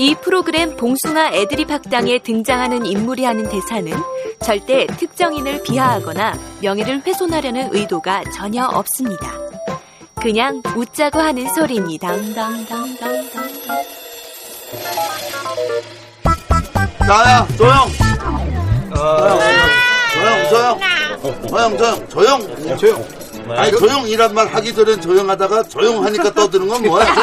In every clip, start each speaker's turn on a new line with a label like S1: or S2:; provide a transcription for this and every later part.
S1: 이 프로그램 봉숭아 애드립 학당에 등장하는 인물이 하는 대사는 절대 특정인을 비하하거나 명예를 훼손하려는 의도가 전혀 없습니다. 그냥 웃자고 하는 소리입니다.
S2: 나야 조용 어, 조용 어, 조용 조용 조용 조용 어, 조용 아니 조용이란 말 하기 전엔 조용하다가 조용하니까 떠드는 건 뭐야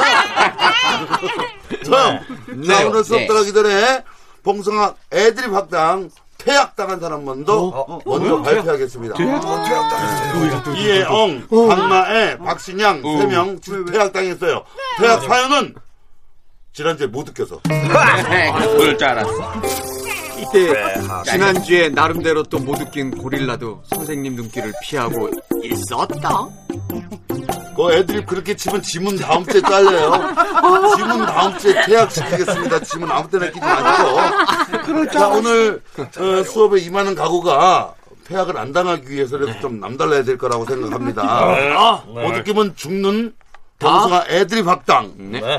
S2: 조용 조용 나 오늘 수업 들어가기 전에 봉성아 애드립 학당 퇴학당한 사람 먼저 어, 먼저 발표하겠습니다
S3: 예,
S2: 이혜영 박마애 박신양 세 명 퇴학당했어요 퇴학 사연은 지난주에 못 느껴서 네.
S4: 아, 그럴 줄 알았어.
S5: 네. 이때 아, 지난주에 나름대로 또 못 웃긴 고릴라도 선생님 눈길을 피하고 있었다.
S2: 그 애들이 그렇게 치면 지문 다음 주에 잘려요. 지문 다음 주에 퇴학시키겠습니다. 지문 아무 때나 끼지 마시고. 자, 오늘 어, 수업에 임하는 각오가 퇴학을 안 당하기 위해서라도 좀 남달라야 될 거라고 아, 생각합니다. 못 네. 뭐 느끼면 죽는 동수가 애드립 학당.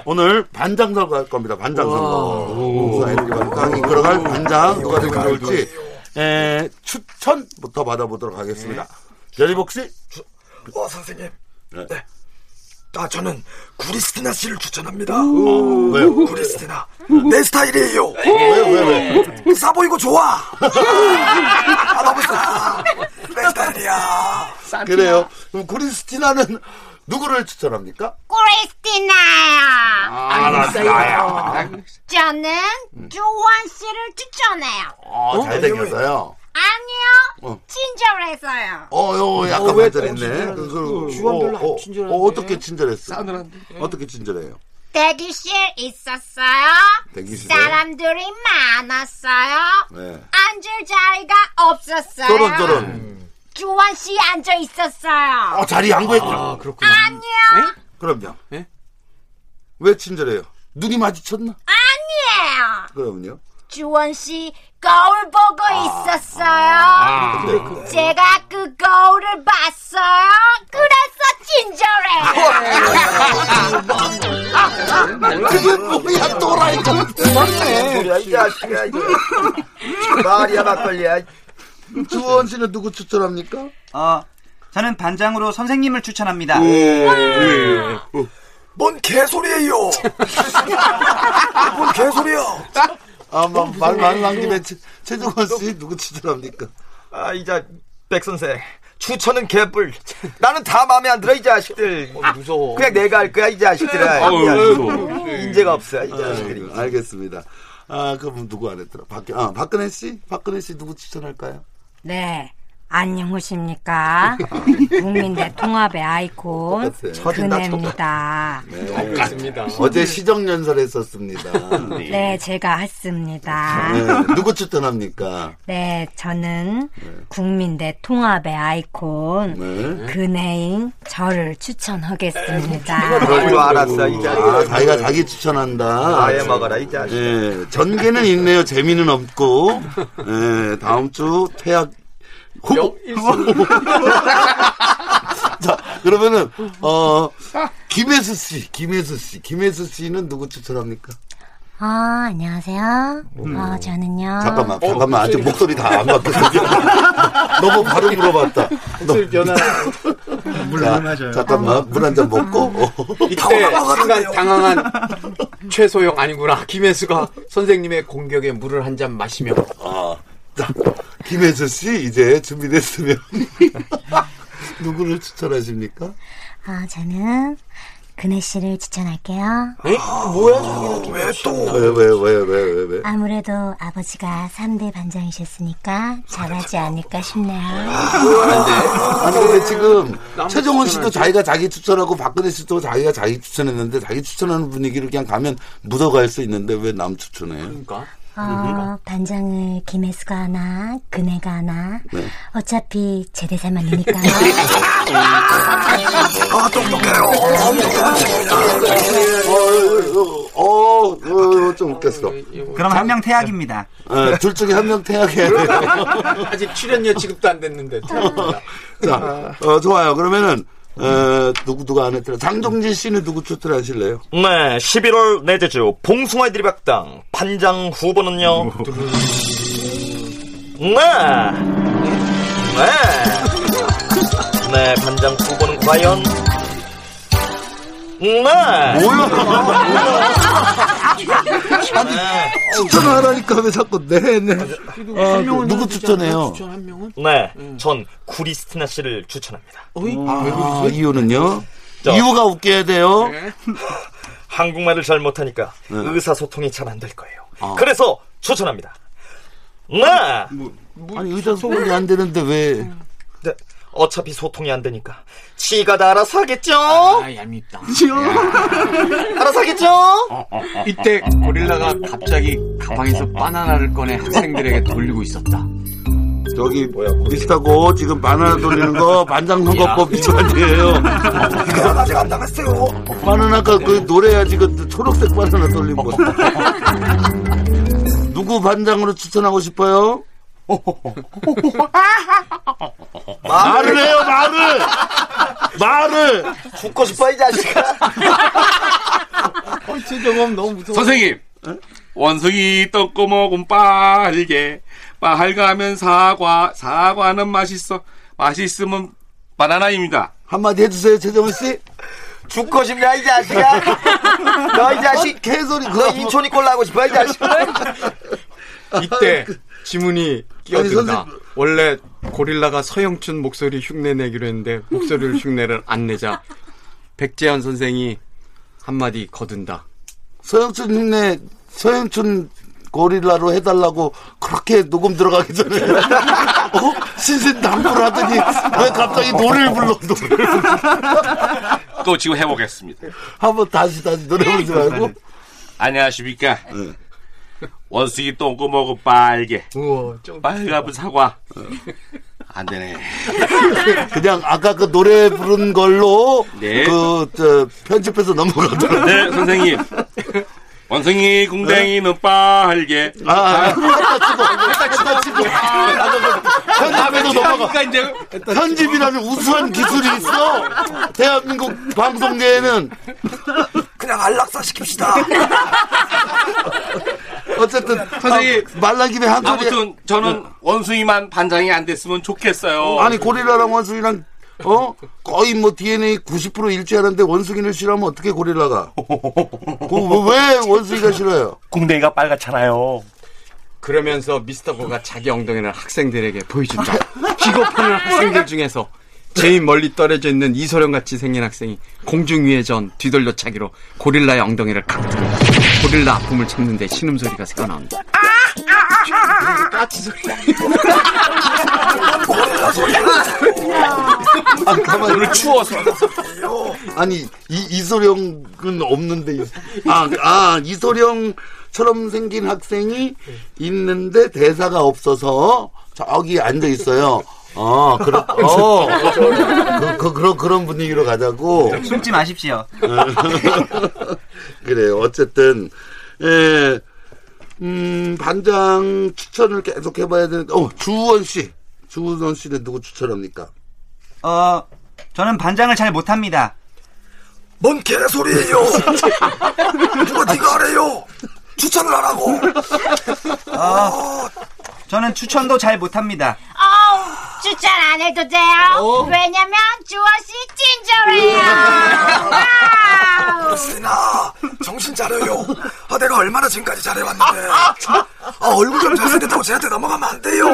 S2: 오늘 반장 선거 할 겁니다. 반장 선거. 동수가 애드립 학당 이끌어갈 반장 누가 되면 좋을지 에, 추천부터 받아보도록 하겠습니다. 여리복 씨?
S3: 어, 선생님. 네. 아, 저는 구리스티나 씨를 추천합니다.
S2: 왜요?
S3: 구리스티나. 내 스타일이에요. 네.
S2: 왜, 왜, 왜?
S3: 싸보이고 좋아. 아, 너무 싸. 내 스타일이야.
S6: 아,
S2: 그래요. 그럼 크리스티나는 누구를 추천합니까?
S6: 크리스티나요.
S4: 아,
S2: 아.
S6: 아,
S2: 알았어요. 음.
S6: 저는 조원 씨를 추천해요.
S2: 어, 잘생겼어요.
S6: 아니요,
S2: 어.
S6: 친절해서요.
S2: 어,
S4: 뭐
S2: 요, 약간 반절했네. 그래서
S4: 주원별로 안
S2: 어,
S4: 친절한데?
S2: 어, 어떻게 친절했어?
S4: 싸늘한데? 예.
S2: 어떻게 친절해요?
S6: 대기실 있었어요.
S2: 대기실에?
S6: 사람들이 많았어요.
S2: 네.
S6: 앉을 자리가 없었어요.
S2: 저런, 저런.
S4: 음.
S6: 조원 씨 앉아 있었어요.
S2: 어, 자리 양보했구나.
S4: 아, 그렇구나.
S6: 아니요,
S2: 그럼요.
S4: 예?
S2: 왜 친절해요? 눈이 마주쳤나?
S6: 아니에요.
S2: 그럼요.
S6: 주원 씨 거울 보고 있었어요.
S2: 아, 근데
S6: 제가 그 거울을 봤어요. 그래서
S2: 아,
S6: 친절해요.
S4: 예?
S2: 그게 뭐야, 또라이 같은
S3: 야, 이 자식아, 이거. 말이야, 막걸리야.
S2: 주원 씨는 누구 추천합니까?
S7: 어, 저는 반장으로 선생님을 추천합니다.
S2: 예,
S3: 뭔 개소리예요. 뭔 개소리야.
S2: 아, 마, 말 많은 한 김에 최- 최종원 씨 누구 추천합니까?
S3: 아, 이자 백 선생. 추천은 개뿔. 나는 다 마음에 안 들어 이 자식들. 무서워. 그냥 내가 할 거야 이
S2: 네.
S3: 자식들아. 이 자식들. 인재가 없어 이 자식들이.
S2: 음, 알겠습니다. 아, 그럼 누구 안 했더라? 박, 아, 박근혜 씨? 박근혜 씨 누구 추천할까요?
S6: 네. 안녕하십니까. 국민대 통합의 아이콘
S2: 똑같아요.
S6: 그네입니다.
S2: 어제 시정연설 했었습니다. 네.
S6: 네, 제가 했습니다.
S2: 누구 추천합니까?
S6: 네, 저는 국민대 통합의 아이콘
S2: 네.
S6: 그네인 저를 추천하겠습니다.
S2: 네.
S3: 그럴 줄 알았어 이
S2: 아,
S3: 자식들.
S2: 자기가 자기 추천한다.
S3: 아예 막아라 이 자식.
S2: 예, 전개는 있네요. 재미는 없고. 예, 다음 주 퇴학 후보. 자, 그러면은 어 김혜수 씨, 김혜수 씨, 김혜수 씨는 누구 추천합니까?
S6: 아, 안녕하세요. 어, 저는요.
S2: 음.
S6: 어,
S2: 잠깐만, 잠깐만. 아직 목소리 다 안 바뀌었어. 너무 바로 물어봤다. 목소리 변화.
S7: 물론하죠.
S2: 잠깐만, 물 한 잔 먹고.
S5: 이때 순간 당황한 최소영 아니구나 김혜수가 선생님의 공격에 물을 한 잔 마시며
S7: 음.
S2: 자, 김혜수 씨 이제 준비됐으면 누구를 추천하십니까?
S6: 아, 저는 그네 씨를 추천할게요.
S2: 에? 뭐야? 왜 또? 왜 왜 왜 왜 왜 왜? 왜?
S6: 아무래도 아버지가 3대 반장이셨으니까 잘하지 않을까 싶네요.
S2: 아니 근데 지금 최정원 씨도 자기가 자기 추천하고 박근혜 씨도 자기가 자기 추천했는데 자기 추천하는 분위기로 그냥 가면 묻어갈 수 있는데 왜 남 추천해? 그러니까.
S6: 어, 반장을 김혜수가 하나, 그네가 하나.
S2: 네.
S6: 어차피 제 대사만이니까.
S3: 아,
S2: 아, 예. 어, 어좀 웃겼어.
S7: 그럼 한 명 태학입니다.
S2: 어, 둘 중에 한 명 태학해야 돼요.
S5: 아직 출연료 지급도 안 됐는데.
S2: 자, 어, 좋아요. 그러면은 어, 누구 누가 안 했더라. 장동진 씨는 누구 추천하실래요?
S8: 네, 11월 넷째 주 봉숭아 드리박당 판장 후보는요. 네, 네, 네 판장 후보는 과연 네.
S2: 아니, 추천하라니까 왜 자꾸 네네. 아, 누구 추천해요?
S8: 네, 전 구리스티나 씨를 추천합니다.
S2: 아, 이유는요? 이유가 웃겨야 돼요.
S8: 네. 한국말을 잘 못하니까
S2: 네.
S8: 의사소통이 잘 안 될 거예요.
S2: 아.
S8: 그래서 추천합니다. 네.
S2: 아니 뭐, 의사소통이 안 되는데 왜?
S8: 네. 어차피 소통이 안 되니까 지가 다 알아서 하겠죠.
S5: 얄밉다.
S8: 알아서 하겠죠. 어.
S5: 이때 고릴라가 갑자기 가방에서 바나나를 꺼내 학생들에게 돌리고 있었다.
S2: 저기 비슷하고 어, 지금 바나나 돌리는 거 반장 선거법 위반이에요.
S3: 아직 안 나갔어요.
S2: 바나나가 그 노래야지 그 초록색 바나나 돌린 거. 누구 반장으로 추천하고 싶어요? 말을 해요 말을 말을
S3: 죽고 싶어 이 자식아.
S5: 최정원 어, 너무 무서워.
S4: 선생님 원숭이 떡구멍은 빨개 빨가면 사과 사과는 맛있어 맛있으면 바나나입니다
S2: 한마디 해주세요 최정원 씨.
S3: 죽고 싶냐 이 자식아. 너 이 자식
S2: 개소리.
S3: 너 인촌이 꼴라고 싶어 이 자식.
S5: 이때 지문이 끼어든다. 원래 고릴라가 서영춘 목소리 흉내 내기로 했는데 목소리를 흉내를 안 내자 백재현 선생이 한마디 거둔다.
S2: 서영춘 흉내 서영춘 고릴라로 해달라고 그렇게 녹음 들어가기 전에 어? 신신당부를 하더니 왜 갑자기 노래를 불러 노래를 불러
S4: 또 지금 해보겠습니다
S2: 한번 다시 다시 노래 부르지 말고
S4: 안녕하십니까 원숭이 똥구멍은 빨개
S5: 우와,
S4: 빨가면 사과 안 되네
S2: 그냥 아까 그 노래 부른 걸로
S4: 네.
S2: 그 저, 편집해서 넘어가도록
S4: 네 선생님 원숭이 궁뎅이는 빨개
S2: 아, 아, 했다 치고 했다 치고 편집해서 넘어가
S4: 그러니까 이제
S2: 편집이라는 우수한 기술이 있어 대한민국 방송계에는
S3: 그냥 안락사 시킵시다.
S2: 어쨌든
S4: 선생님.
S2: 아, 말란 김에 한 소리
S4: 아무튼 저는 원숭이만 반장이 안 됐으면 좋겠어요.
S2: 아니 고릴라랑 원숭이랑 어 거의 뭐 DNA 90% 일치하는데 원숭이를 싫어하면 어떻게 고릴라가? 그, 왜 원숭이가 싫어요?
S8: 궁뎅이가 빨갛잖아요.
S5: 그러면서 미스터 고가 자기 엉덩이를 학생들에게 보여준다. 기겁하는 학생들 중에서 제일 멀리 떨어져 있는 이소룡 같이 생긴 학생이 공중 위에 전 뒤돌려차기로 고릴라의 엉덩이를 각다. 고릴라 아픔을 참는데 신음소리가 새어나온다.
S2: 아 가만
S4: 오늘 추워서
S2: 아니 이 이소룡은 없는데 아아 이소룡처럼 생긴 학생이 있는데 대사가 없어서 저기 앉아 있어요. 어, 그런, 어, 그, 그, 그런, 그런 분위기로 가자고.
S7: 숨지 마십시오.
S2: 그래요. 어쨌든, 예, 음, 반장 추천을 계속 해봐야 되는데, 어, 주우원 씨. 주우원 씨는 누구 추천합니까?
S7: 어, 저는 반장을 잘 못합니다.
S3: 뭔 개소리예요. 누가 네가 하래요. 추천을 하라고.
S7: 어, 저는 추천도 잘 못합니다.
S9: 어우, 추천 안 해도 돼요?
S4: 어?
S9: 왜냐면 아, 주원씨 친절해요. 와우.
S3: 나
S10: 정신 차려요. 아, 내가 얼마나 지금까지 잘해왔는데. 아, 얼굴 좀 잘생겼다고 쟤한테 넘어가면 안 돼요.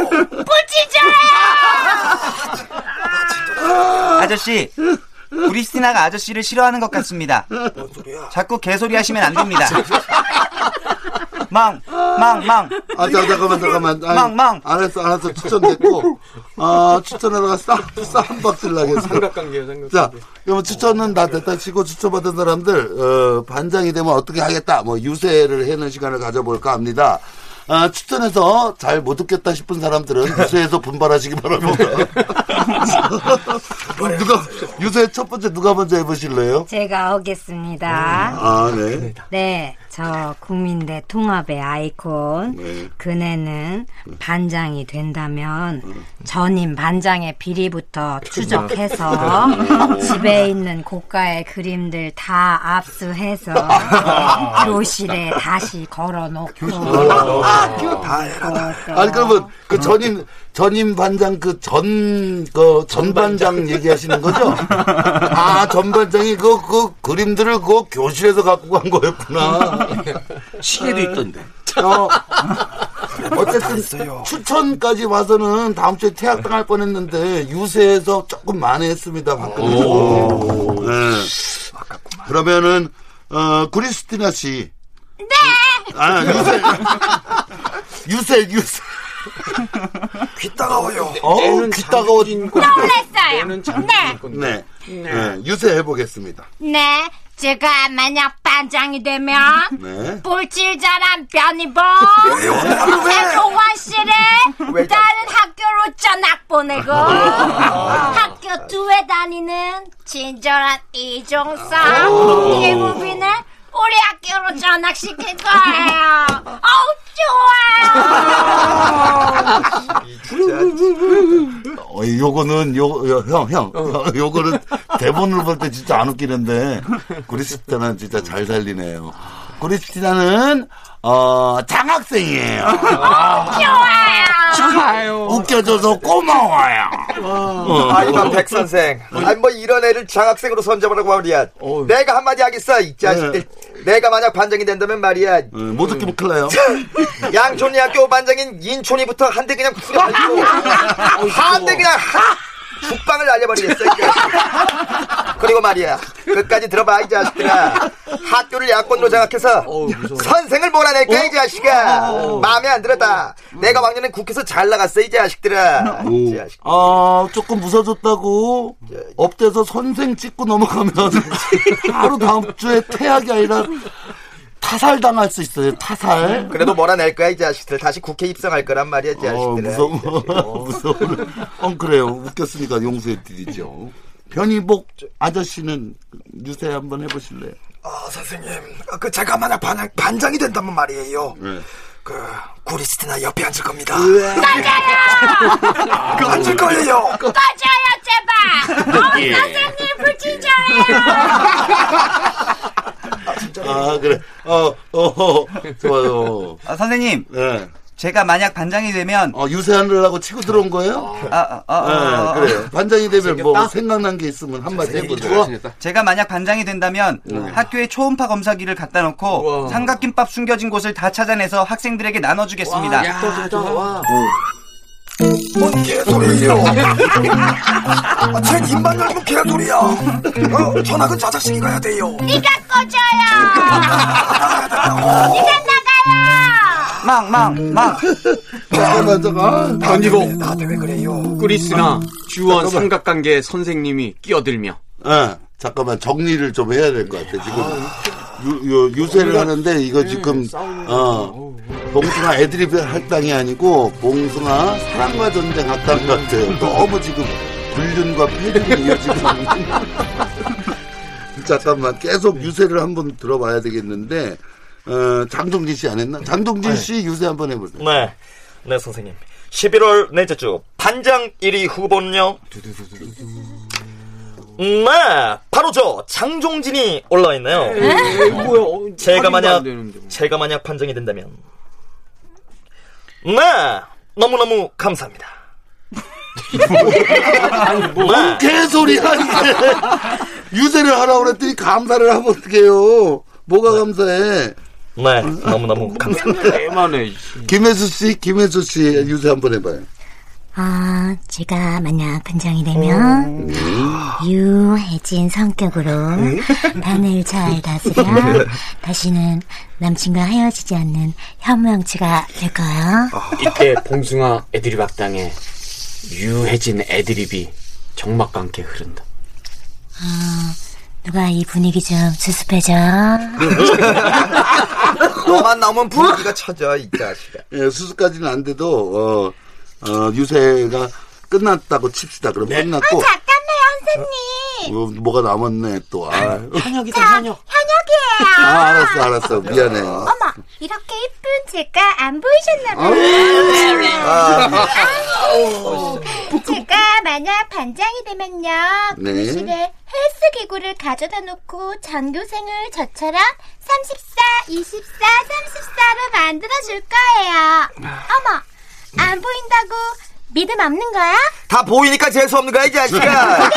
S7: 아저씨, 브리스티나가 아저씨를 싫어하는 것 같습니다. 자꾸 개소리 하시면 안 됩니다. 망, 망, 망.
S2: 아, 자, 잠깐만, 잠깐만. 아이,
S7: 망, 망.
S2: 알았어, 알았어. 추천됐고. 아, 추천하다가 싹, 싹한 박질 나겠어.
S5: 삼각관계예요, 삼각관계.
S2: 자, 그럼 추천은 다 됐다 치고 추천받은 사람들, 어, 반장이 되면 어떻게 하겠다. 뭐, 유세를 해는 시간을 가져볼까 합니다. 아, 추천해서 잘 못 듣겠다 싶은 사람들은 유세에서 분발하시기 바랍니다. 그럼 누가, 유세 첫 번째 누가 먼저 해보실래요?
S6: 제가 오겠습니다.
S2: 아, 네.
S6: 네, 저 국민대 통합의 아이콘 그네는 반장이 된다면 전임 반장의 비리부터 추적해서 집에 있는 고가의 그림들 다 압수해서 교실에 다시 걸어놓고
S2: 아, 아니 그러면 그 전임 전임 반장 그 전 그 전반장 얘기하시는 거죠? 아 전반장이 그 그 그림들을 그 교실에서 갖고 간 거였구나.
S11: 시계도 있던데.
S2: 어, 어쨌든 추천까지 와서는 다음 주에 퇴학 당할 뻔했는데 유세에서 조금 만회했습니다. 박근혜. 네. 그러면은 어 그리스티나 씨. 네. 아 유세 유세 유세.
S10: 귀 따가워요.
S2: 어우 귀 따가워.
S9: 아, 놀랐어요. 네.
S2: 네. 네, 유세해 보겠습니다.
S9: 네. 제가 만약 반장이 되면
S2: 네.
S9: 불칠자란 변이보
S2: 왜요? 나를 왜?
S9: 새로원 씨를
S2: 왜?
S9: 다른 학교로 전학 보내고
S2: 아.
S9: 학교 두에 다니는 친절한
S2: 아.
S9: 이종사 예무비는 우리 학교로 전학시킬 거예요. 어우 좋아요.
S2: 어, 요거는 요, 요- 형,
S10: 어.
S2: 형, 요- 요거는 대본을 볼 때 진짜 안 웃기는데 그리스티나는 진짜 잘 살리네요. 그리스티나는 어 장학생이에요.
S10: 아.
S9: 좋아요.
S2: 웃겨줘서 고마워요. 어.
S3: 아, 이만 백 선생. 아니, 뭐 이런 애를 장학생으로 선점하라고 말이야. 내가 한마디 하겠어, 이 자식들. 내가 만약 반장이 된다면 말이야.
S2: 못 웃기면 큰일 나요.
S3: 양촌이 학교 반장인 인촌이부터 한 대 그냥 구겨버리고 한 대 그냥 하- 죽방을 날려버리겠어. 이 자식. 그리고 말이야 끝까지 들어봐 이 자식들아 학교를 야권으로 장악해서 선생을 몰아낼까 이 자식아 마음에 안 들었다 내가 왕년에 국회에서 잘 나갔어 이 자식들아
S2: 아 조금 무서졌다고 업돼서 선생 찍고 넘어가면 바로 다음 주에 퇴학이 아니라 타살 당할 수 있어요. 타살.
S3: 음, 그래도 몰아낼 거야 이 자식들 다시 국회 입성할 거란 말이야 이
S2: 음. 어,
S3: 자식들아
S2: 무서워. 무서워. 어, 그래요. 웃겼으니까 용서해 드리죠. 변희복 아저씨는 유세 한번 해보실래요?
S10: 아, 선생님. 아, 그 제가 만약 반, 반장이 된다면 말이에요. 그 구리스티나 옆에 앉을 겁니다.
S9: 맞아요.
S10: 그 앉을 거예요.
S9: 꺼져요 제발. 어우
S2: 예.
S9: 선생님 불친절해요.
S2: 아, 그래. 어, 어, 좋아요.
S7: 아, 선생님.
S2: 네.
S7: 제가 만약 반장이 되면
S2: 어, 유세하느라고 치고 들어온 거예요?
S7: 아, 아, 아, 아, 아.
S2: 네, 그래요. 반장이 되면 뭐
S7: 생겼다?
S2: 생각난 게 있으면 한마디 해보세요.
S7: 제가 제가 만약 반장이 된다면 학교에 초음파 검사기를 갖다 놓고 삼각김밥 숨겨진 곳을 다 찾아내서 학생들에게 나눠주겠습니다.
S11: 와, 야, 좋다, 좋다.
S10: 어.
S11: 와.
S10: 뭔 개소리예요? 아, 쟨 입만 열면 개소리야. 어, 전학은 자작식이 가야 돼요.
S9: 네가 꺼져요. 네가 나가요.
S7: 망, 망, 망.
S2: 잠깐만,
S11: 아,
S2: 잠깐.
S5: 견디고
S10: 나한테 왜 그래요?
S5: 그리스나 주원
S2: 잠깐만.
S5: 삼각관계 선생님이 끼어들며
S2: 예, 잠깐만 정리를 좀 해야 될 것 같아. 지금 유, 요- 유세를 하는데 이거 지금 어, 봉숭아 애드립 할당이 아니고 봉숭아 사랑과 전쟁 할당 같아요. 너무 지금 불륜과 폐륜이 이어지고 있는. 잠깐만 계속 유세를 한번 들어봐야 되겠는데 어, 장동진 씨 안 했나? 장동진 씨 유세 한번 해보세요.
S8: 네. 네, 선생님. 11월 넷째 주 반장 1위 후보는요. 네, 바로 저 장종진이 올라와 있네요.
S11: 에이, 뭐야, 어,
S8: 제가
S11: 확인도
S8: 만약
S11: 안 되는데, 뭐.
S8: 제가 만약 판정이 된다면, 네, 너무 너무 감사합니다.
S11: 뭐,
S8: 네.
S2: 뭔 개소리야 이게 유세를 하라고 그랬더니 감사를 하면 어떡해요 뭐가 감사해?
S8: 네, 너무너무
S2: 감사합니다. 김혜수 씨, 김혜수 씨 유세 한번 해봐요.
S6: 아, 제가 만약 반장이 되면 유해진 성격으로 반을 잘 다스려 다시는 남친과 헤어지지 않는 현명치가 될 거예요.
S5: 아, 이때 봉숭아 애드립 악당의 유해진 애드립이 정막과 함께 흐른다.
S6: 아, 누가 이 분위기 좀 수습해줘.
S3: 너만 나오면 분위기가 쳐져 이 자식아.
S2: 예, 수술까지는 안 돼도 어, 어, 유세가 끝났다고 칩시다. 그럼
S9: 네.
S2: 끝났고
S9: 어, 잠깐만요, 선생님.
S2: 어, 뭐가 남았네 또. 아,
S9: 현역이다, 현역. 현역이에요.
S2: 아, 알았어, 알았어. 미안해.
S9: 어머, 이렇게 이쁜 제가 안 보이셨나봐요.
S2: 아.
S9: 제가 만약 반장이 되면요.
S2: 네.
S9: 교실에 헬스 기구를 가져다 놓고 전교생을 저처럼 34, 24, 34로 만들어 줄 거예요. 어머, 안 보인다고 믿음 없는 거야?
S3: 다 보이니까 재수 없는 거야 이 자식아.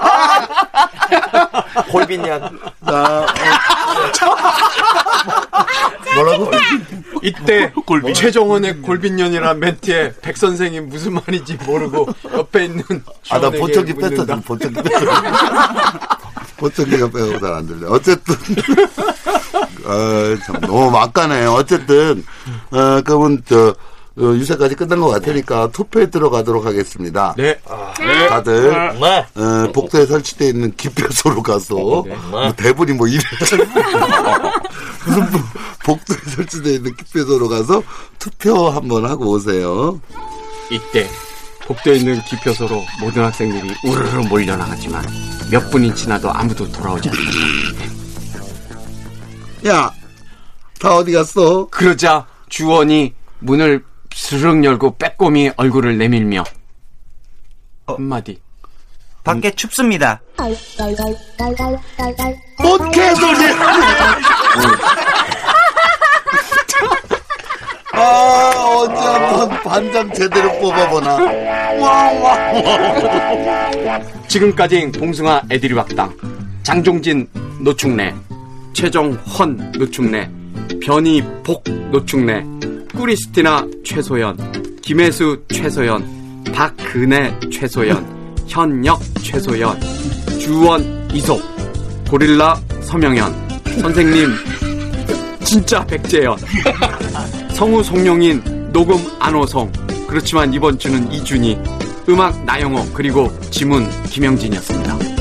S3: 어?
S8: 골빈년.
S2: 나
S5: 뭐라고? 이때 최정원의 골빈년이라는 멘트에 백 선생이 무슨 말인지 모르고 옆에 있는
S2: 아, 나
S5: 주원에게
S2: 보청기
S5: 묻는다.
S2: 뺐어. 나 보청기 뺐어. 보청기가 빼고 잘 안 들려. 어쨌든. 아, 참, 너무 막가네. 어쨌든, 어, 그러면, 저, 어, 유세까지 끝난 것 같으니까
S9: 네.
S2: 투표에 들어가도록 하겠습니다.
S5: 네.
S8: 네.
S2: 다들,
S8: 네.
S2: 어, 복도에 설치되어 있는 기표소로 가서,
S5: 어,
S2: 뭐 대본이 뭐 이래. 무슨 뭐 복도에 설치되어 있는 기표소로 가서 투표 한번 하고 오세요.
S5: 이때 복도에 있는 기표소로 모든 학생들이 우르르 몰려나갔지만 몇 분이 지나도 아무도 돌아오지 않는다.
S2: 야, 다 어디 갔어?
S5: 그러자 주원이 문을 스르륵 열고 빼꼼히 얼굴을 내밀며
S2: 어.
S5: 한마디.
S7: 밖에 춥습니다.
S2: 뭔 개소리야!
S5: 음.
S2: 아, 언제 한번 반장 제대로 뽑아보나.
S5: 지금까지 봉숭아 애드립 악당 장종진 노충래 최정헌 노충래 변희복 노충래 꾸리스티나 최소연 김혜수 최소연 박근혜 최소연 현역 최소연 주원 이소 고릴라 서명현 선생님 진짜 백재현 성우 송영인 녹음 안호성 그렇지만 이번 주는 이준희 음악 나영호 그리고 지문 김영진이었습니다.